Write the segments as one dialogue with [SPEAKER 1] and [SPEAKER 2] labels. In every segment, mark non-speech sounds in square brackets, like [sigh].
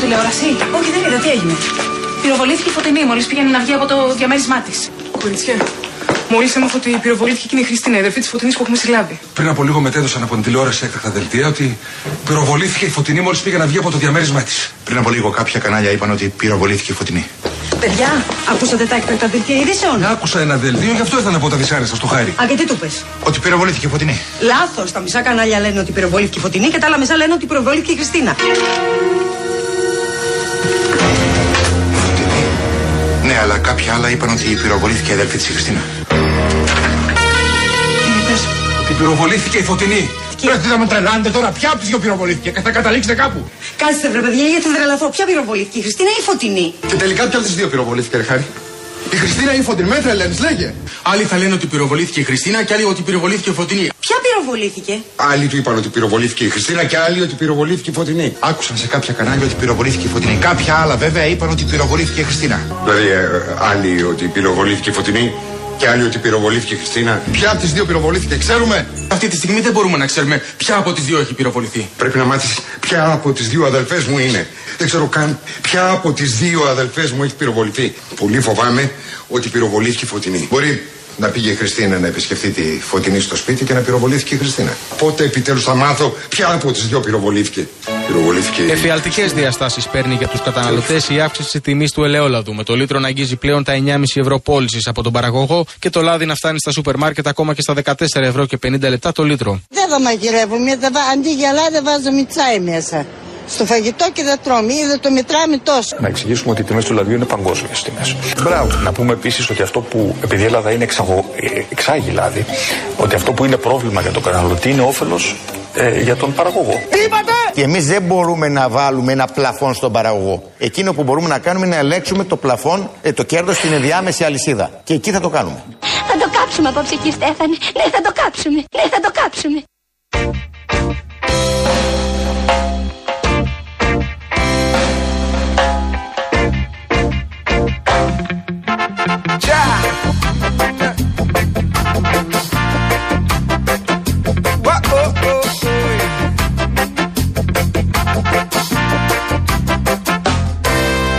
[SPEAKER 1] τηλεόραση.
[SPEAKER 2] Όχι, δεν είδα, τι έγινε.
[SPEAKER 1] Πυροβολήθηκε η φωτεινή μόλις πήγαινε να βγει από το διαμέρισμά της.
[SPEAKER 2] Κοριτσιά. Μόλις έμαθα ότι πυροβολήθηκε και είναι η Χριστίνα, η αδερφή της φωτεινής που έχουμε συλλάβει.
[SPEAKER 3] Πριν από λίγο μετέδωσαν από την τηλεόραση έκτακτα δελτία ότι πυροβολήθηκε η φωτεινή μόλις πήγε να βγει από το διαμέρισμά της.
[SPEAKER 4] Πριν από λίγο κάποια κανάλια είπαν ότι πυροβολήθηκε η φωτεινή.
[SPEAKER 5] Παιδιά, ακούσατε τα έκτακτα δελτία ειδήσεων.
[SPEAKER 3] Άκουσα ένα δελτίο, γι' αυτό ήθελα να πω τα δυσάρεστα στο χάρι.
[SPEAKER 5] Α, και τι του πες.
[SPEAKER 4] Ότι πυροβολήθηκε η φωτεινή.
[SPEAKER 5] Λάθος. Τα μισά κανάλια λένε ότι πυροβολήθηκε η Φωτεινή και τα άλλα μισά λένε ότι πυροβολήθηκε η Χριστίνα.
[SPEAKER 4] Φωτεινή. Ναι, αλλά κάποια άλλα είπαν ότι πυροβολήθηκε η αδελφή της Χριστίνα.
[SPEAKER 3] Ότι πυροβολήθηκε η φωτεινή.
[SPEAKER 6] Ρε, τι θα με τρελάνετε τώρα, ποια από τις δύο πυροβολήθηκε και θα καταλήξετε κάπου.
[SPEAKER 5] Κάτσε βρε παιδιά, γιατί θα τρελαθώ. Ποια πυροβολήθηκε, η Χριστίνα ή η Φωτεινή.
[SPEAKER 6] Και τελικά ποια από τις δύο πυροβολήθηκε, ρε χάρη. Η Χριστίνα ή η Φωτεινή, με τρελαίνεις, λέγε. Άλλοι θα λένε ότι πυροβολήθηκε η Χριστίνα και άλλοι ότι πυροβολήθηκε η Φωτεινή.
[SPEAKER 5] Ποια πυροβολήθηκε.
[SPEAKER 6] Άλλοι του είπαν ότι πυροβολήθηκε η Χριστίνα και άλλοι ότι πυροβολήθηκε η Φωτεινή.
[SPEAKER 4] Άκουσαν σε κάποια κανάλια ότι πυροβολήθηκε η φωτεινή. Κάποια άλλα βέβαια είπαν ότι πυροβολήθηκε η Χριστίνα.
[SPEAKER 6] Δηλαδή, ε, ε, άλλοι ότι πυροβολήθηκε η Φωτεινή και άλλοι ότι πυροβολήθηκε η Χριστίνα. Ποια από τις δύο πυροβολήθηκε, ξέρουμε.
[SPEAKER 7] Αυτή τη στιγμή δεν μπορούμε να ξέρουμε ποια από τις δύο έχει πυροβοληθεί.
[SPEAKER 6] Πρέπει να μάθεις ποια από τις δύο αδελφές μου είναι. Δεν ξέρω καν ποια από τις δύο αδελφές μου έχει πυροβοληθεί. Πολύ φοβάμαι ότι πυροβολήθηκε η Φωτεινή.
[SPEAKER 4] Μπορεί να πήγε η Χριστίνα να επισκεφτεί τη φωτεινή στο σπίτι και να πυροβολήθηκε η Χριστίνα.
[SPEAKER 6] Πότε επιτέλους θα μάθω ποια από τις δύο πυροβολήθηκε. Πυροβολήθηκε. η-
[SPEAKER 8] Εφιαλτικές διαστάσεις παίρνει για τους καταναλωτές η αύξηση τη τιμής του ελαιόλαδου. Με το λίτρο να αγγίζει πλέον τα 9,5 ευρώ πώλησης από τον παραγωγό και το λάδι να φτάνει στα σούπερ μάρκετ ακόμα και στα 14 ευρώ και 50 λεπτά το λίτρο.
[SPEAKER 9] Δεν θα μαγειρεύουμε, δεν βα- αντί για λάδι βάζουμε τσάι μέσα. Στο φαγητό και δεν τρώμε, ή δεν το μετράμε τόσο.
[SPEAKER 10] Να εξηγήσουμε ότι οι τιμές του λαδιού είναι παγκόσμιες τιμές. Μπράβο. Να πούμε επίσης ότι αυτό που, επειδή η Ελλάδα είναι εξαγω, ε, εξάγει λάδι, ότι αυτό που είναι πρόβλημα για τον καταναλωτή είναι όφελος για τον παραγωγό.
[SPEAKER 11] Και εμείς δεν μπορούμε να βάλουμε ένα πλαφόν στον παραγωγό. Εκείνο που μπορούμε να κάνουμε είναι να ελέγξουμε το πλαφόν, ε, το κέρδος στην ενδιάμεση αλυσίδα. Και εκεί θα το κάνουμε.
[SPEAKER 12] Θα το κάψουμε απόψε εκεί Στέφανη. Ναι, θα το κάψουμε. Ναι, θα το κάψουμε.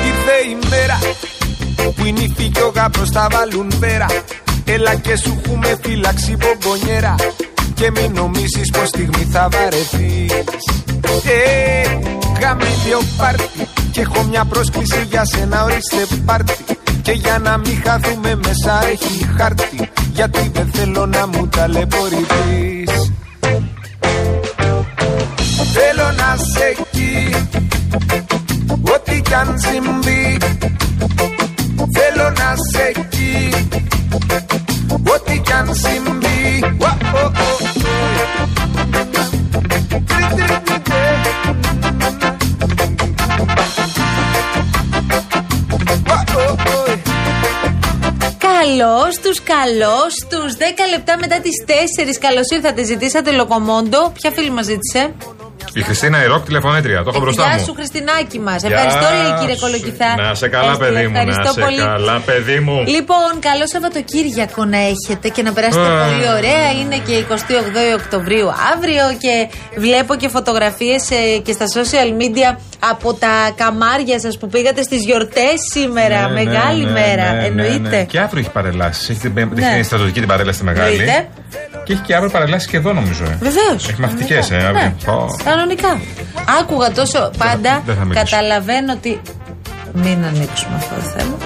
[SPEAKER 13] Ήρθε η μέρα που οι νύφοι κι ο γαμπρός τα βάλουν πέρα Έλα και σου έχουμε φυλάξει μπομπονιέρα Και μην νομίζεις πως στιγμή θα βαρεθείς Ε, Κάμε δύο πάρτι και έχω μια πρόσκληση για σένα ορίστε πάρτι Και για να μην χαθούμε μέσα έχει χάρτη Γιατί δεν θέλω να μου ταλαιπωρηθείς Θέλω να σε εκεί Ό,τι κι αν συμβεί Θέλω να σε εκεί Ό,τι κι αν συμβεί Ω, ω, ω.
[SPEAKER 14] Καλώς τους, καλώς τους. 10 λεπτά μετά τις 4. Καλώς ήρθατε. Ζητήσατε λοκομόντο. Ποια φίλη μας ζήτησε.
[SPEAKER 15] Η Χριστίνα Ερόκ τηλεφωνέτρια. Το έχω μπροστά
[SPEAKER 14] Γεια
[SPEAKER 15] μου.
[SPEAKER 14] σου, Χριστινάκη μας.
[SPEAKER 15] Γεια
[SPEAKER 14] Ευχαριστώ, λέει κύριε
[SPEAKER 15] σου.
[SPEAKER 14] Κολοκυθά.
[SPEAKER 15] Να σε καλά,
[SPEAKER 14] Έστειλε.
[SPEAKER 15] παιδί μου. Να
[SPEAKER 14] Ευχαριστώ
[SPEAKER 15] σε
[SPEAKER 14] πολύ.
[SPEAKER 15] καλά, παιδί μου.
[SPEAKER 14] Λοιπόν, καλό Σαββατοκύριακο να έχετε και να περάσετε
[SPEAKER 15] Ε.
[SPEAKER 14] πολύ ωραία. Είναι και 28 Οκτωβρίου αύριο και βλέπω και φωτογραφίες και στα social media από τα καμάρια σας που πήγατε στις γιορτές σήμερα.
[SPEAKER 15] Ναι, ναι,
[SPEAKER 14] Μεγάλη
[SPEAKER 15] ναι,
[SPEAKER 14] μέρα,
[SPEAKER 15] ναι, ναι,
[SPEAKER 14] εννοείται.
[SPEAKER 15] ναι. Και αύριο έχει παρελάσει. Έχει την, την-
[SPEAKER 14] Ναι.
[SPEAKER 15] την στρατιωτική την παρέλαση τη μεγάλη.
[SPEAKER 14] Βρείτε.
[SPEAKER 15] Και έχει και αύριο παρελάσει και εδώ, νομίζω. ε.
[SPEAKER 14] Βεβαίως.
[SPEAKER 15] Έχει μαθητικές, ε. αύριο.
[SPEAKER 14] Ναι,
[SPEAKER 15] Πω.
[SPEAKER 14] κανονικά. Άκουγα τόσο πάντα.
[SPEAKER 15] δεν θα μιλήσω.
[SPEAKER 14] καταλαβαίνω ότι. Μην ανοίξουμε αυτό το θέμα.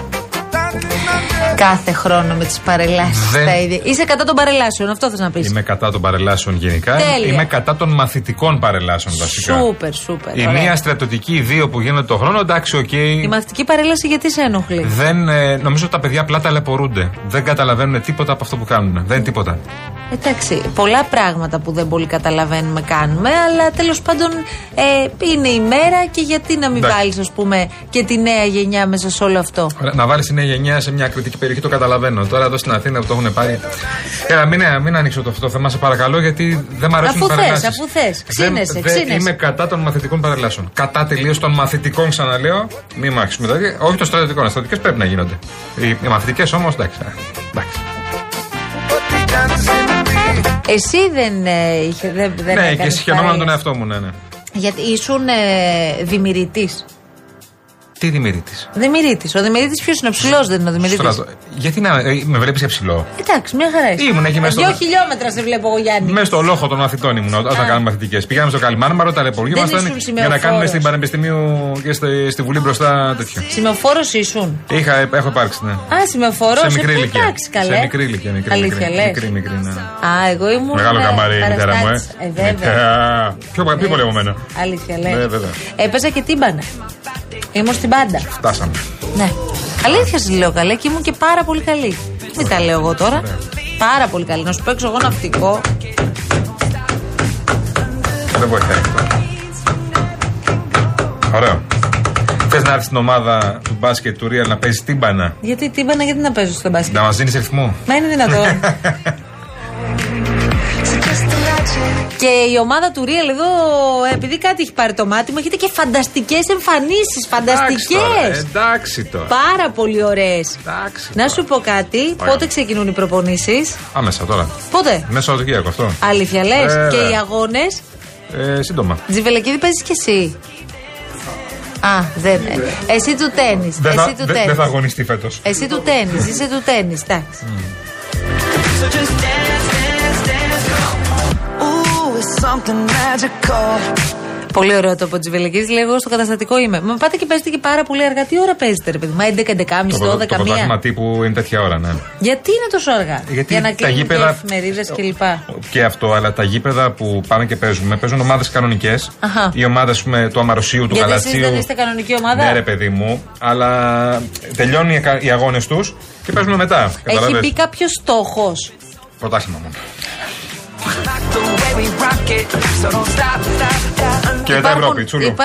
[SPEAKER 14] Κάθε χρόνο με τις παρελάσεις
[SPEAKER 15] Δεν-
[SPEAKER 14] τα ίδια. Είσαι κατά των παρελάσεων, αυτό θες να πεις.
[SPEAKER 15] Είμαι κατά των παρελάσεων γενικά.
[SPEAKER 14] Τέλεια.
[SPEAKER 15] Είμαι κατά των μαθητικών παρελάσεων βασικά.
[SPEAKER 14] Σούπερ, σούπερ.
[SPEAKER 15] Η
[SPEAKER 14] ωραία.
[SPEAKER 15] μία στρατιωτική, οι δύο που γίνονται το χρόνο, εντάξει, οκ.
[SPEAKER 14] Η μαθητική παρέλαση γιατί σε ενοχλεί.
[SPEAKER 15] Δεν, ε, νομίζω ότι τα παιδιά απλά ταλαιπωρούνται. Δεν καταλαβαίνουν τίποτα από αυτό που κάνουν. Δεν είναι τίποτα.
[SPEAKER 14] Εντάξει, πολλά πράγματα που δεν πολύ καταλαβαίνουμε κάνουμε, αλλά τέλος πάντων ε, είναι η μέρα και γιατί να μην
[SPEAKER 15] Εντάξει.
[SPEAKER 14] βάλεις, ας πούμε, και τη νέα γενιά μέσα σε όλο αυτό.
[SPEAKER 15] Ωραία, Να βάλεις τη νέα γενιά σε μια κριτική περιοχή το καταλαβαίνω. Τώρα εδώ στην Αθήνα που το έχουν πάρει. Έλα, μην, ε, μην ανοίξω το αυτό το θέμα, σε παρακαλώ, γιατί δεν μ' αρέσουν
[SPEAKER 14] Αφού
[SPEAKER 15] οι
[SPEAKER 14] θες,
[SPEAKER 15] παρελάσεις.
[SPEAKER 14] αφού θες.
[SPEAKER 15] Δεν-
[SPEAKER 14] Ξύνεσαι,
[SPEAKER 15] δεν-
[SPEAKER 14] ξύνεσαι.
[SPEAKER 15] Είμαι κατά των μαθητικών παρελάσεων. Κατά τελείως των μαθητικών, ξαναλέω. Μην μάξουμε δηλαδή. Όχι των στρατιωτικών. Οι στρατιωτικές πρέπει να γίνονται. Οι, οι μαθητικές όμως, εντάξει. ε, εντάξει.
[SPEAKER 14] Εσύ δεν, ε, είχε- δεν, δεν
[SPEAKER 15] ναι, και
[SPEAKER 14] έκανες
[SPEAKER 15] συγχαινόμουν
[SPEAKER 14] παρέα.
[SPEAKER 15] τον εαυτό μου, ναι, ναι.
[SPEAKER 14] Γιατί ήσουν ε, δημιουργητής.
[SPEAKER 15] Τη Δημηρίτη.
[SPEAKER 14] Δημηρίτη. Ο Δημηρίτη ποιος είναι, ο ψηλός δεν είναι ο Δημηρίτη.
[SPEAKER 15] Στράτο. Γιατί να ε, με βλέπεις για ψηλό.
[SPEAKER 14] Εντάξει, μια χαρά. είσαι.
[SPEAKER 15] Ήμουν εκεί μέσα στο-
[SPEAKER 14] Δυο χιλιόμετρα σε βλέπω εγώ, Γιάννη.
[SPEAKER 15] Μέσα στο λόχο των μαθητών ήμουν όταν
[SPEAKER 14] Α.
[SPEAKER 15] κάναμε μαθητικές. Πήγαμε στο Καλιμάρμαρο, τα
[SPEAKER 14] Δεν
[SPEAKER 15] λεπορτιούμασταν για
[SPEAKER 14] ήσουν
[SPEAKER 15] να
[SPEAKER 14] σημεοφόρος.
[SPEAKER 15] κάνουμε στην Πανεπιστημίου και στη, στη Βουλή μπροστά τέτοιο.
[SPEAKER 14] Σημεοφόρο ήσουν.
[SPEAKER 15] Είχα, έχω υπάρξει, ναι.
[SPEAKER 14] Α, σημεοφόρο.
[SPEAKER 15] σε μικρή ηλικία.
[SPEAKER 14] Εντάξει, καλέ.
[SPEAKER 15] Σε μικρή ηλικία. Μικρή,
[SPEAKER 14] Αλήθεια,
[SPEAKER 15] μικρή,
[SPEAKER 14] λες.
[SPEAKER 15] μικρή, μικρή, ναι.
[SPEAKER 14] Α, εγώ ήμουν.
[SPEAKER 15] Μεγάλο
[SPEAKER 14] ε,
[SPEAKER 15] καμάρι η μητέρα μου, ε.
[SPEAKER 14] παραστάτης. Ε, βέβαια.
[SPEAKER 15] Μητέρα. Πιο, πιο πολύ από μένα.
[SPEAKER 14] Αλήθεια, λέει.
[SPEAKER 15] Ναι, βέβαια.
[SPEAKER 14] Έπαιζα και τύμπανα. Ήμουν στην πάντα.
[SPEAKER 15] Φτάσαμε.
[SPEAKER 14] Ναι. Αλήθεια σας λέω καλέ και ήμουν και πάρα πολύ καλή. Μην τα λέω εγώ τώρα.
[SPEAKER 15] Ναι.
[SPEAKER 14] Πάρα πολύ καλή. Να σου παίξω εγώ ναυτικό.
[SPEAKER 15] Δεν βοηθάει αυτό. Ωραίο. Θες να έρθεις στην ομάδα του μπάσκετ του Real να παίζεις τύμπανα.
[SPEAKER 14] Γιατί τύμπανα, γιατί να παίζω στον μπάσκετ.
[SPEAKER 15] Να μας δίνεις ρυθμό.
[SPEAKER 14] Μα είναι δυνατόν. και η ομάδα του Real εδώ, επειδή κάτι έχει πάρει το μάτι μου, έχετε και φανταστικές εμφανίσεις. Φανταστικέ!
[SPEAKER 15] ε. Εντάξει τώρα.
[SPEAKER 14] Πάρα πολύ ωραίες. Να σου πω κάτι,
[SPEAKER 15] Ωραία.
[SPEAKER 14] πότε ξεκινούν οι προπονήσεις.
[SPEAKER 15] Άμεσα τώρα.
[SPEAKER 14] Πότε.
[SPEAKER 15] Μέσα Σαββατοκύριακο αυτό.
[SPEAKER 14] Αλήθεια λες.
[SPEAKER 15] Ε,
[SPEAKER 14] Και
[SPEAKER 15] ναι.
[SPEAKER 14] οι αγώνες.
[SPEAKER 15] Ε, σύντομα.
[SPEAKER 14] Τζιβελεκίδη παίζεις κι εσύ. Α, δεν. ε. Εσύ του τέννη.
[SPEAKER 15] Ναι. Δεν θα,
[SPEAKER 14] Εσύ του
[SPEAKER 15] δεν-
[SPEAKER 14] Ε,
[SPEAKER 15] δεν
[SPEAKER 14] τέννη.
[SPEAKER 15] θα αγωνιστεί φέτος.
[SPEAKER 14] Εσύ του τέννη. Είσαι του τέννη. Εντάξει. Πολύ ωραίο το από Τζιβελεκίδη. Λέει εγώ στο καταστατικό είμαι. Μα πάτε και παίζετε και πάρα πολύ αργά. Τι ώρα παίζετε, ρε παιδί. Μα 11, 11.30,
[SPEAKER 15] Το,
[SPEAKER 14] 12,
[SPEAKER 15] το, το
[SPEAKER 14] 12,
[SPEAKER 15] πρωτάθλημα τύπου είναι τέτοια ώρα, ναι.
[SPEAKER 14] Γιατί είναι τόσο αργά.
[SPEAKER 15] Γιατί
[SPEAKER 14] Για να
[SPEAKER 15] τα
[SPEAKER 14] κλείνουν
[SPEAKER 15] γήπεδα- Ε,
[SPEAKER 14] και εφημερίδε κλπ.
[SPEAKER 15] Και αυτό, αλλά τα γήπεδα που πάμε και παίζουμε παίζουν ομάδες κανονικές.
[SPEAKER 14] Αχα.
[SPEAKER 15] Οι ομάδες του Αμαροσίου, του
[SPEAKER 14] Γιατί εσείς
[SPEAKER 15] Γαλατσίου.
[SPEAKER 14] δεν είστε κανονική ομάδα.
[SPEAKER 15] Ναι, ρε παιδί μου, αλλά τελειώνουν οι ακα- οι αγώνες τους και παίζουμε μετά.
[SPEAKER 14] Έχει
[SPEAKER 15] Καταλαβες.
[SPEAKER 14] μπει κάποιος στόχος.
[SPEAKER 15] Πρωτάθλημα μόνο. Και τα Ευρώπη, τσούλου.
[SPEAKER 14] [laughs]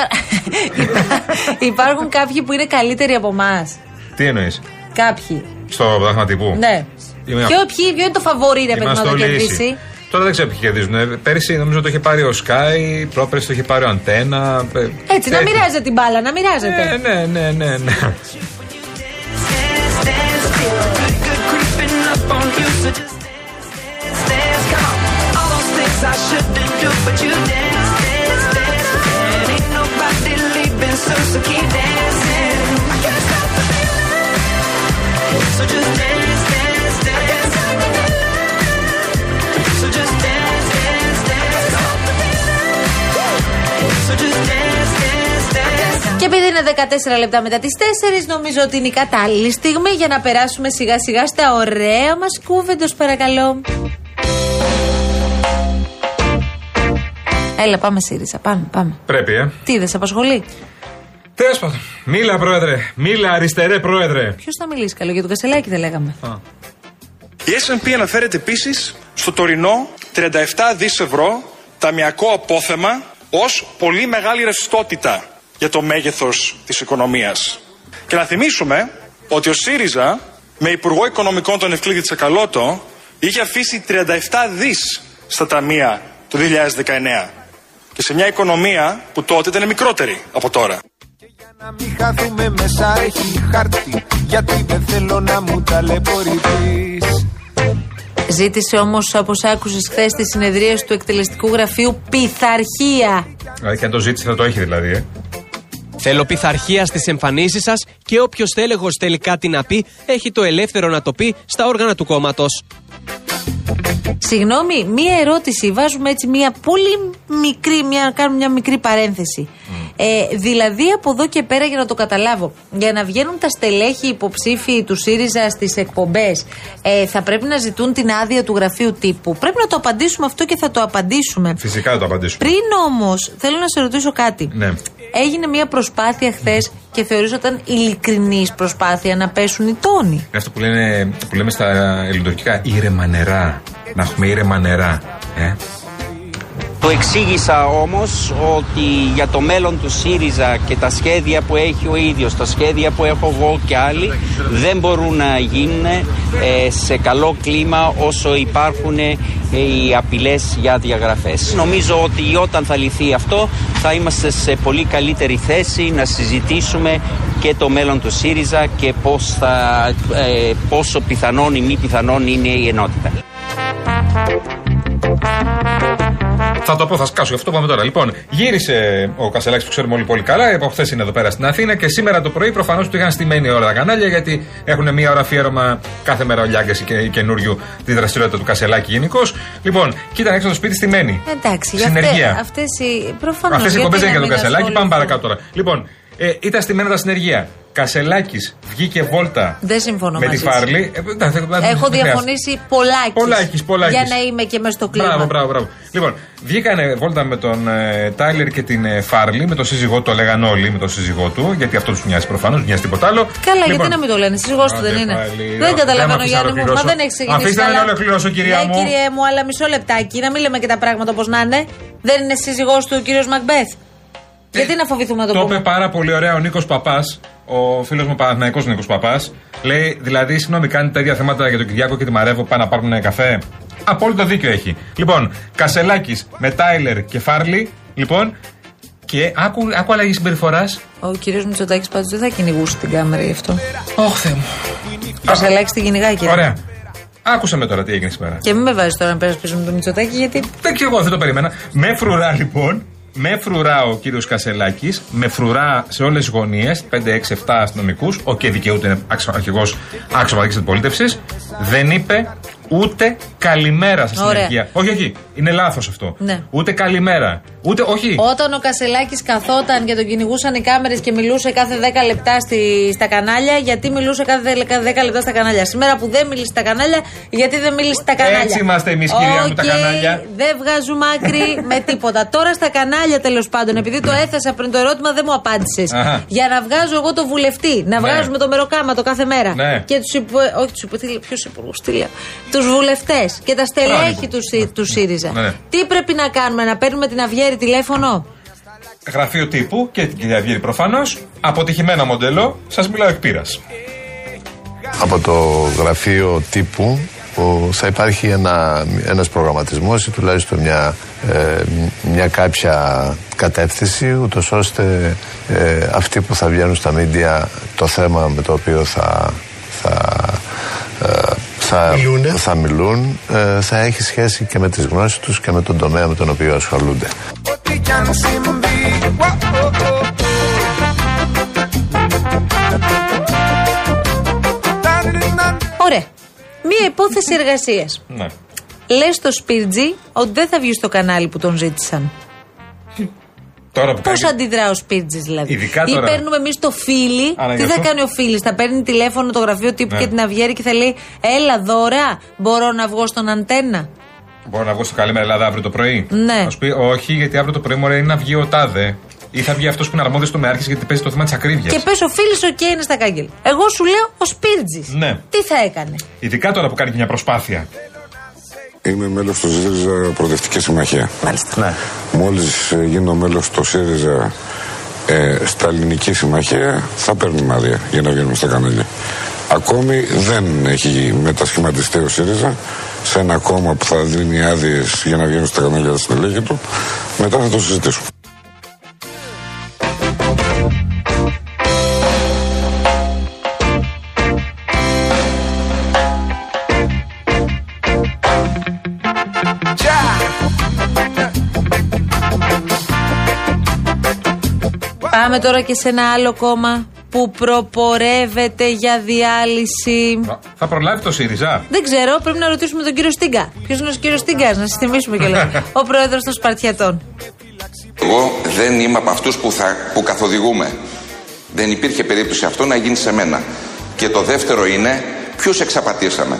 [SPEAKER 14] Υπάρχουν κάποιοι που είναι καλύτεροι από εμάς.
[SPEAKER 15] Τι εννοείς,
[SPEAKER 14] Κάποιοι.
[SPEAKER 15] στο πρωτάθλημα τύπου.
[SPEAKER 14] Ναι.
[SPEAKER 15] Είμαι-
[SPEAKER 14] Ποιο, ποιοι, ποιο είναι το φαβορή, ρε παιδί μου, να
[SPEAKER 15] Είμαστε
[SPEAKER 14] το
[SPEAKER 15] όλοι
[SPEAKER 14] κερδίσει.
[SPEAKER 15] ίσοι. Τώρα δεν ξέρω ποιοι κερδίζουν. ε. Πέρυσι νομίζω το είχε πάρει ο Sky, πρόπερσι το είχε πάρει ο Αντένα. ε,
[SPEAKER 14] Έτσι, να
[SPEAKER 15] τέτοιο.
[SPEAKER 14] μοιράζετε την μπάλα, να
[SPEAKER 15] Ε,
[SPEAKER 14] μοιράζετε.
[SPEAKER 15] ναι, ναι, ναι, ναι.
[SPEAKER 14] Και επειδή είναι 14 λεπτά μετά τις 4, νομίζω ότι είναι η κατάλληλη στιγμή για να περάσουμε σιγά σιγά στα ωραία μας κούβεντος, παρακαλώ. Έλα, πάμε, ΣΥΡΙΖΑ. Πάμε, πάμε.
[SPEAKER 15] Πρέπει, ε.
[SPEAKER 14] Τι είδε, απασχολεί.
[SPEAKER 15] Τέλος πάντων. Μίλα, πρόεδρε. Μίλα, αριστερέ, πρόεδρε.
[SPEAKER 14] Ποιος θα μιλήσει, καλό, για τον Κασελάκη δεν λέγαμε.
[SPEAKER 16] Η S&P αναφέρεται επίσης στο τωρινό 37 δις ευρώ ταμιακό απόθεμα ως πολύ μεγάλη ρευστότητα για το μέγεθος της οικονομίας. Και να θυμίσουμε ότι ο ΣΥΡΙΖΑ με Υπουργό Οικονομικών τον Ευκλήδη Τσακαλώτο είχε αφήσει 37 δις στα ταμεία το 2019 και σε μια οικονομία που τότε ήταν μικρότερη από τώρα.
[SPEAKER 13] Μη χαθούμε μέσα έχει χάρτη Γιατί δεν θέλω να μου ταλαιπωρηθείς
[SPEAKER 14] Ζήτησε όμως, όπως άκουσες χθες, τη συνεδρία του εκτελεστικού γραφείου πειθαρχία.
[SPEAKER 15] Δηλαδή και αν το ζήτησε θα το έχει δηλαδή. Ε.
[SPEAKER 17] Θέλω πειθαρχία στις εμφανίσεις σας και όποιος τέλεχο θέλει κάτι να πει, έχει το ελεύθερο να το πει στα όργανα του κόμματος.
[SPEAKER 14] Συγγνώμη, μία ερώτηση. Βάζουμε έτσι μία πολύ μικρή, μία, κάνουμε μία μικρή παρένθεση.
[SPEAKER 15] Mm.
[SPEAKER 14] Ε, δηλαδή από εδώ και πέρα για να το καταλάβω, για να βγαίνουν τα στελέχη υποψήφοι του ΣΥΡΙΖΑ στις εκπομπές, ε, θα πρέπει να ζητούν την άδεια του γραφείου τύπου. Πρέπει να το απαντήσουμε αυτό και θα το απαντήσουμε.
[SPEAKER 15] Φυσικά θα το απαντήσουμε.
[SPEAKER 14] Πριν όμως, θέλω να σε ρωτήσω κάτι.
[SPEAKER 15] Ναι.
[SPEAKER 14] Έγινε μία προσπάθεια χθες και θεωρήσατε ειλικρινής προσπάθεια να πέσουν οι τόνοι.
[SPEAKER 15] Είναι αυτό που, λένε, που λέμε στα ελληνοτουρκικά ήρεμα νερά. Να έχουμε ήρεμα νερά. Ε.
[SPEAKER 18] Το εξήγησα όμως ότι για το μέλλον του ΣΥΡΙΖΑ και τα σχέδια που έχει ο ίδιος, τα σχέδια που έχω εγώ και άλλοι δεν μπορούν να γίνουν ε, σε καλό κλίμα όσο υπάρχουν ε, οι απειλές για διαγραφές. Νομίζω ότι όταν θα λυθεί αυτό θα είμαστε σε πολύ καλύτερη θέση να συζητήσουμε και το μέλλον του ΣΥΡΙΖΑ και πώς θα, ε, πόσο πιθανόν ή μη πιθανόν είναι η ενότητα.
[SPEAKER 15] Θα το πω, θα σκάσω, γι' αυτό πάμε τώρα. Λοιπόν, γύρισε ο Κασελάκης που ξέρουμε όλοι πολύ καλά, Ε, από χθες είναι εδώ πέρα στην Αθήνα και σήμερα το πρωί προφανώς του είχαν στημένη όλα τα κανάλια γιατί έχουν μία ώρα αφιέρωμα κάθε μέρα ο Λιάγκα και καινούριου τη δραστηριότητα του Κασελάκη γενικώ. Λοιπόν, και ήταν έξω από το σπίτι στημένη.
[SPEAKER 14] Εντάξει, γι'
[SPEAKER 15] Συνεργεία.
[SPEAKER 14] αυτές οι. Προφανώς.
[SPEAKER 15] Αυτές οι εκπομπέ δεν για τον Κασελάκη, πάμε παρακάτω τώρα. Λοιπόν, ε, ήταν στημένα τα συνεργεία. Κασελάκης βγήκε βόλτα
[SPEAKER 14] Δεν συμφωνώ
[SPEAKER 15] με τη
[SPEAKER 14] μαζί σου.
[SPEAKER 15] Φάρλη. Ε, εντάξει, δεν
[SPEAKER 14] Έχω
[SPEAKER 15] χρειάζεται.
[SPEAKER 14] διαφωνήσει πολλάκις.
[SPEAKER 15] Πολλάκις, πολλάκις.
[SPEAKER 14] Για να είμαι και μέσα στο κλίμα.
[SPEAKER 15] Μπράβο, μπράβο, μπράβο. Λοιπόν, βγήκανε βόλτα με τον ε, Τάιλερ και την ε, Φάρλι, με τον σύζυγό του, το λέγανε όλοι με τον σύζυγό του, γιατί αυτό τους μοιάζει προφανώς, τους μοιάζει τίποτα άλλο.
[SPEAKER 14] Καλά,
[SPEAKER 15] Λοιπόν,
[SPEAKER 14] γιατί να μην το λένε, σύζυγός του
[SPEAKER 15] Άντε
[SPEAKER 14] δεν είναι.
[SPEAKER 15] πάλι, δεν
[SPEAKER 14] δεν
[SPEAKER 15] μ'
[SPEAKER 14] καταλαβαίνω,
[SPEAKER 15] αφήνεις να
[SPEAKER 14] Γιάννη μου. Μα
[SPEAKER 15] ολοκληρώσω.
[SPEAKER 14] δεν έχεις ξεκινήσει.
[SPEAKER 15] Αφήστε με
[SPEAKER 14] καλά.
[SPEAKER 15] να ολοκληρώσω, κυρία
[SPEAKER 14] ναι,
[SPEAKER 15] μου.
[SPEAKER 14] κύριε μου, αλλά μισό λεπτάκι, να μην λέμε και τα πράγματα όπως να είναι. Δεν είναι σύζυγός του ο κύριος Μακμπεθ. Γιατί να φοβηθούμε να το
[SPEAKER 15] Ε, Το
[SPEAKER 14] πούμε.
[SPEAKER 15] είπε πάρα πολύ ωραία ο Νίκος Παπάς, ο φίλος μου Παναθυναϊκό Νίκος Παπάς. Λέει, δηλαδή, συγγνώμη, κάνει τα ίδια θέματα για τον Κυριάκο και τη Μαρέβο, πάνε να πάρουν ένα καφέ. Απόλυτο δίκιο έχει. Λοιπόν, Κασελάκης με Τάιλερ και Φάρλι, λοιπόν, και άκου, άκου αλλαγή συμπεριφοράς.
[SPEAKER 14] Ο κύριος Μητσοτάκης πάντως δεν θα κυνηγούσε την κάμερα γι' αυτό.
[SPEAKER 15] Όχι, Θεέ μου.
[SPEAKER 14] Κασελάκης την κυνηγάει, κύριε.
[SPEAKER 15] Ωραία. Άκουσα με τώρα τι έγινε σήμερα.
[SPEAKER 14] Και μην με βάζεις τώρα να περασπίζουμε τον Μητσοτάκη, γιατί
[SPEAKER 15] Δεν και εγώ δεν το περίμενα. Με φρουρά λοιπόν. Με φρουρά ο κύριος Κασελάκης, με φρουρά σε όλες τις γωνίες, 5, 6, 7 αστυνομικούς, ο και δικαιούται είναι αρχηγό άξομα τη αντιπολίτευση, δεν είπε ούτε καλημέρα στα
[SPEAKER 14] Ωραία.
[SPEAKER 15] συνεργεία. Όχι, όχι, είναι λάθος αυτό.
[SPEAKER 14] Ναι.
[SPEAKER 15] Ούτε καλημέρα. Ούτε, όχι.
[SPEAKER 14] Όταν ο Κασελάκης καθόταν και τον κυνηγούσαν οι κάμερες και μιλούσε κάθε 10 λεπτά στη, στα κανάλια, γιατί μιλούσε κάθε 10 λεπτά στα κανάλια. Σήμερα που δεν μίλησε στα κανάλια, γιατί δεν μίλησε στα κανάλια.
[SPEAKER 15] Έτσι είμαστε εμείς, κυρία μου, τα
[SPEAKER 14] Οκ,
[SPEAKER 15] κανάλια.
[SPEAKER 14] Δεν βγάζουμε άκρη με τίποτα. Τώρα στα κανάλια τέλος πάντων, επειδή το έθεσα πριν το ερώτημα, δεν μου απάντησες.
[SPEAKER 15] Αχα.
[SPEAKER 14] Για να βγάζω εγώ το βουλευτή, να
[SPEAKER 15] Ναι.
[SPEAKER 14] βγάζουμε το μεροκάματο κάθε μέρα.
[SPEAKER 15] Ναι.
[SPEAKER 14] Και τους υπο... Όχι τους υποτήλια, ποιου υπουργού, Του βουλευτές και τα στελέχη του, Σύ- του ΣΥΡΙΖΑ.
[SPEAKER 15] Ναι.
[SPEAKER 14] Τι πρέπει να κάνουμε, να παίρνουμε την Αυγέρη τηλέφωνο.
[SPEAKER 15] Γραφείο τύπου και την κυρία Βγήρη προφανώς. Αποτυχημένο μοντέλο. Σας μιλάω εκ πείρας.
[SPEAKER 19] από το γραφείο τύπου που θα υπάρχει ένα, ένας προγραμματισμός ή τουλάχιστον μια, ε, μια κάποια κατεύθυνση ούτως ώστε ε, αυτοί που θα βγαίνουν στα μίντια το θέμα με το οποίο θα, θα, ε, θα, θα μιλούν ε, θα έχει σχέση και με τις γνώσεις τους και με τον τομέα με τον οποίο ασχολούνται.
[SPEAKER 13] Ό,τι κι αν συμβεί. Ω, ω, ω.
[SPEAKER 14] Ωραία. Μία υπόθεση εργασίας.
[SPEAKER 15] Ναι.
[SPEAKER 14] Λες στο Σπίρτζι ότι δεν θα βγει στο κανάλι που τον ζήτησαν.
[SPEAKER 15] Τώρα που
[SPEAKER 14] Πώς αντιδρά ο Σπίρτζη, δηλαδή.
[SPEAKER 15] Ειδικά
[SPEAKER 14] Ή
[SPEAKER 15] τώρα.
[SPEAKER 14] παίρνουμε εμείς το φίλι.
[SPEAKER 15] Αλλά
[SPEAKER 14] Τι
[SPEAKER 15] γι'
[SPEAKER 14] θα
[SPEAKER 15] αυτό-
[SPEAKER 14] κάνει ο φίλης, θα παίρνει τηλέφωνο το γραφείο τύπου
[SPEAKER 15] Ναι.
[SPEAKER 14] και την Αυγέρη και θα λέει Έλα δώρα, μπορώ να βγω στον αντένα.
[SPEAKER 15] Μπορώ να βγω στο Καλημέρα Ελλάδα αύριο το πρωί.
[SPEAKER 14] Ναι.
[SPEAKER 15] Να σου πει όχι, γιατί αύριο το πρωί μου είναι να βγει ο Τάδε. Ή θα βγει αυτός που είναι αρμόδιος στο Μεάρχης γιατί παίζει το θέμα της ακρίβειας.
[SPEAKER 14] Και πες ο φίλης, οκ, είναι στα κάγκελ. Εγώ σου λέω ο Σπίρτζη.
[SPEAKER 15] Ναι.
[SPEAKER 14] Τι θα έκανε.
[SPEAKER 15] Ειδικά τώρα που κάνει και μια προσπάθεια.
[SPEAKER 6] Είμαι μέλος του ΣΥΡΙΖΑ Προοδευτική Συμμαχία. Μάλιστα. Ναι. Μόλις γίνω μέλος του ΣΥΡΙΖΑ ε, στα Ελληνική Συμμαχία, θα παίρνουμε άδεια για να βγαίνουμε στα κανάλια. Ακόμη δεν έχει μετασχηματιστεί ο ΣΥΡΙΖΑ σε ένα κόμμα που θα δίνει άδειες για να βγαίνουν στα κανάλια τα στελέχη του. Μετά θα το συζητήσουμε.
[SPEAKER 14] Πάμε τώρα και σε ένα άλλο κόμμα που προπορεύεται για διάλυση.
[SPEAKER 15] Θα προλάβει το ΣΥΡΙΖΑ.
[SPEAKER 14] Δεν ξέρω, πρέπει να ρωτήσουμε τον κύριο Στίγκα. Ποιος είναι ο κύριος Στίγκας, να σας θυμίσουμε κιόλας. ο πρόεδρος των Σπαρτιατών.
[SPEAKER 20] Εγώ δεν είμαι από αυτούς που, θα, που καθοδηγούμε. Δεν υπήρχε περίπτωση αυτό να γίνει σε μένα. Και το δεύτερο είναι ποιους εξαπατήσαμε.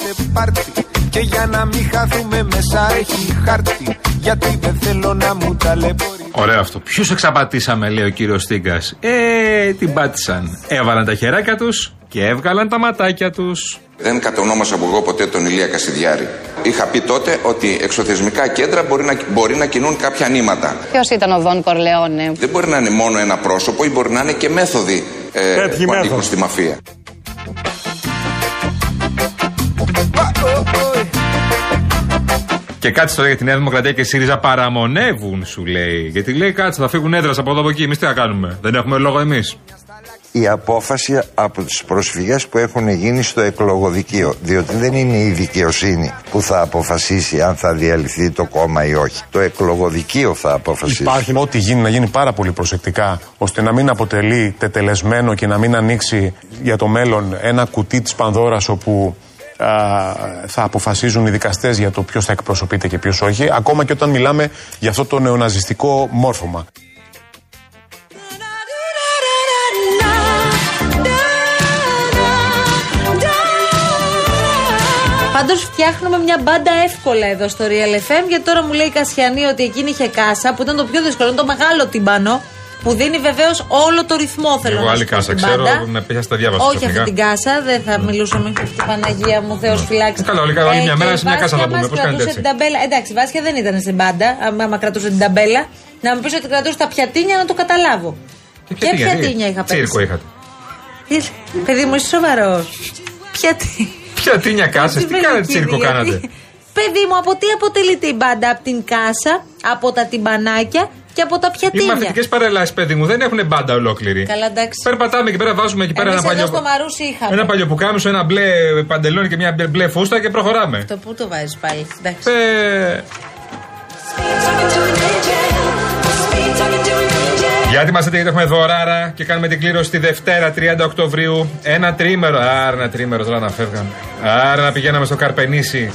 [SPEAKER 13] σε πάρτι Και για να μην χαθούμε μέσα έχει χάρτη Γιατί δεν θέλω να μου ταλαιπωρεί
[SPEAKER 15] Ωραίο αυτό. Ποιους εξαπατήσαμε, λέει ο κύριος Στίγκας. Ε, την πάτησαν. Έβαλαν τα χεράκια τους και έβγαλαν τα ματάκια τους.
[SPEAKER 20] Δεν κατονόμασα από εγώ ποτέ τον Ηλία Κασιδιάρη. Είχα πει τότε ότι εξωθεσμικά κέντρα μπορεί να, μπορεί να κινούν κάποια νήματα.
[SPEAKER 21] Ποιος ήταν ο Δον Κορλεόνε.
[SPEAKER 20] Δεν μπορεί να είναι μόνο ένα πρόσωπο ή μπορεί να είναι και μέθοδοι ε,
[SPEAKER 21] Τέτοιοι
[SPEAKER 20] που ανήκουν
[SPEAKER 21] μέθοδοι.
[SPEAKER 20] στη μαφία.
[SPEAKER 15] Και κάτσε τώρα για τη Νέα Δημοκρατία και η ΣΥΡΙΖΑ παραμονεύουν, σου λέει. Γιατί λέει κάτσε, θα φύγουν έδρας από εδώ από εκεί. Εμείς τι θα κάνουμε. Δεν έχουμε λόγο εμείς.
[SPEAKER 1] η απόφαση από τις προσφυγές που έχουν γίνει στο εκλογοδικείο διότι δεν είναι η δικαιοσύνη που θα αποφασίσει αν θα διαλυθεί το κόμμα ή όχι το εκλογοδικείο θα αποφασίσει
[SPEAKER 22] Υπάρχει ό,τι γίνει να γίνει πάρα πολύ προσεκτικά, ώστε να μην αποτελεί τετελεσμένο και να μην ανοίξει για το μέλλον ένα κουτί της Πανδώρας όπου α, θα αποφασίζουν οι δικαστές για το ποιος θα εκπροσωπείται και ποιος όχι, ακόμα και όταν μιλάμε για αυτό το νεοναζιστικό μόρφωμα.
[SPEAKER 14] Πάντως φτιάχνουμε μια μπάντα εύκολα εδώ στο Real FM γιατί τώρα μου λέει η Κασιανή ότι εκείνη είχε κάσα που ήταν το πιο δύσκολο, είναι το μεγάλο τυμπάνο που δίνει βεβαίως όλο το ρυθμό. Θέλω
[SPEAKER 15] Εγώ
[SPEAKER 14] να
[SPEAKER 15] άλλη
[SPEAKER 14] σου πω
[SPEAKER 15] κάσα
[SPEAKER 14] στην
[SPEAKER 15] ξέρω,
[SPEAKER 14] μπάντα.
[SPEAKER 15] με πια τα διάβασα. Ναι.
[SPEAKER 14] Όχι αυτή την κάσα, δεν θα μιλούσαμε και αυτή Παναγία μου, Θεός φυλάξει.
[SPEAKER 15] Καλά, όλοι καλά, μια
[SPEAKER 14] και
[SPEAKER 15] μέρα
[SPEAKER 14] η
[SPEAKER 15] σε μια κάσα θα
[SPEAKER 14] Βάσια
[SPEAKER 15] πούμε,
[SPEAKER 14] μας
[SPEAKER 15] πώς κάνετε
[SPEAKER 14] κρατούσε
[SPEAKER 15] έτσι.
[SPEAKER 14] την ταμπέλα. Εντάξει, η Βάσια δεν ήταν στην πάντα, άμα- άμα κρατούσε την ταμπέλα. Να μου πεις ότι κρατούσε τα πιατίνια να το καταλάβω. Και πιατίνια είχα πέσει.
[SPEAKER 15] Τσίρκο είχατε.
[SPEAKER 14] Ήρθε. Παιδί μου, είσαι σοβαρός. Πιατίνια.
[SPEAKER 15] Πιατίνια κάσε, τι
[SPEAKER 14] Στην
[SPEAKER 15] κάνατε,
[SPEAKER 14] Βελική,
[SPEAKER 15] τσίρκο
[SPEAKER 14] δηλαδή.
[SPEAKER 15] κάνατε.
[SPEAKER 14] [laughs] Παιδί μου, από τι αποτελείται η μπάντα, από την κάσα, από τα τυμπανάκια και από τα
[SPEAKER 15] Οι
[SPEAKER 14] πιατίνια.
[SPEAKER 15] μαθητικές παρελάσεις, παιδί μου, δεν έχουν μπάντα ολόκληρη.
[SPEAKER 14] Καλά, εντάξει.
[SPEAKER 15] Περπατάμε εκεί πέρα, βάζουμε εκεί πέρα
[SPEAKER 14] Εμείς
[SPEAKER 15] ένα
[SPEAKER 14] εδώ
[SPEAKER 15] παλιό.
[SPEAKER 14] στο Μαρούσι είχαμε.
[SPEAKER 15] Ένα παλιό πουκάμισο, ένα μπλε παντελόνι και μια μπλε- μπλε φούστα και προχωράμε.
[SPEAKER 14] Το πού το βάζεις πάλι. Εντάξει.
[SPEAKER 15] Ε, Για ετοιμαστείτε γιατί έχουμε δωράρα και κάνουμε την κλήρωση τη Δευτέρα 30 Οκτωβρίου. Ένα τρίμερο. Άρα ένα τρίμερο, τώρα να φεύγαμε. Άρα να πηγαίναμε στο Καρπενήσι.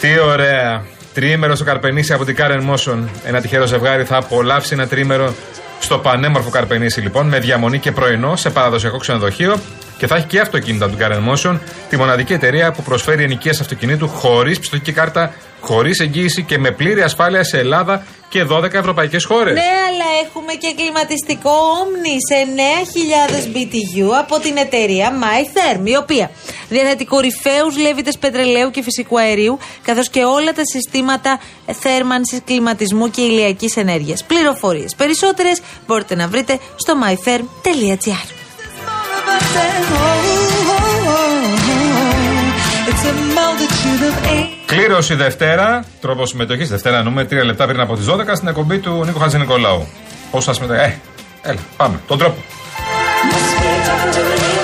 [SPEAKER 15] Τι ωραία. Τρίμερος στο Καρπενήσι από την Karen Motion. Ένα τυχερό ζευγάρι θα απολαύσει ένα τρίμερο στο πανέμορφο Καρπενήσι λοιπόν με διαμονή και πρωινό σε παραδοσιακό ξενοδοχείο και θα έχει και αυτοκίνητα από την Karen Motion, τη μοναδική εταιρεία που προσφέρει ενοικίες αυτοκινήτου χωρίς πιστοτική κάρτα, χωρίς εγγύηση και με πλήρη ασφάλεια σε Ελλάδα και 12 ευρωπαϊκές χώρες.
[SPEAKER 14] Ναι, αλλά έχουμε και κλιματιστικό όμνη σε 9.000 BTU από την εταιρεία MyTherm, η οποία διαθέτει κορυφαίους λέβητες πετρελαίου και φυσικού αερίου, καθώς και όλα τα συστήματα θέρμανσης, κλιματισμού και ηλιακής ενέργειας. Πληροφορίες περισσότερες μπορείτε να βρείτε στο mytherm.gr.
[SPEAKER 15] Κλήρωση Δευτέρα, τρόπος συμμετοχής. Δευτέρα νούμε, τρία λεπτά πριν από τις 12 στην εκπομπή του Νίκο Χατζη Νικολάου. Πώς θα συμμετέχετε. Ε, έλα, πάμε. Τον τρόπο.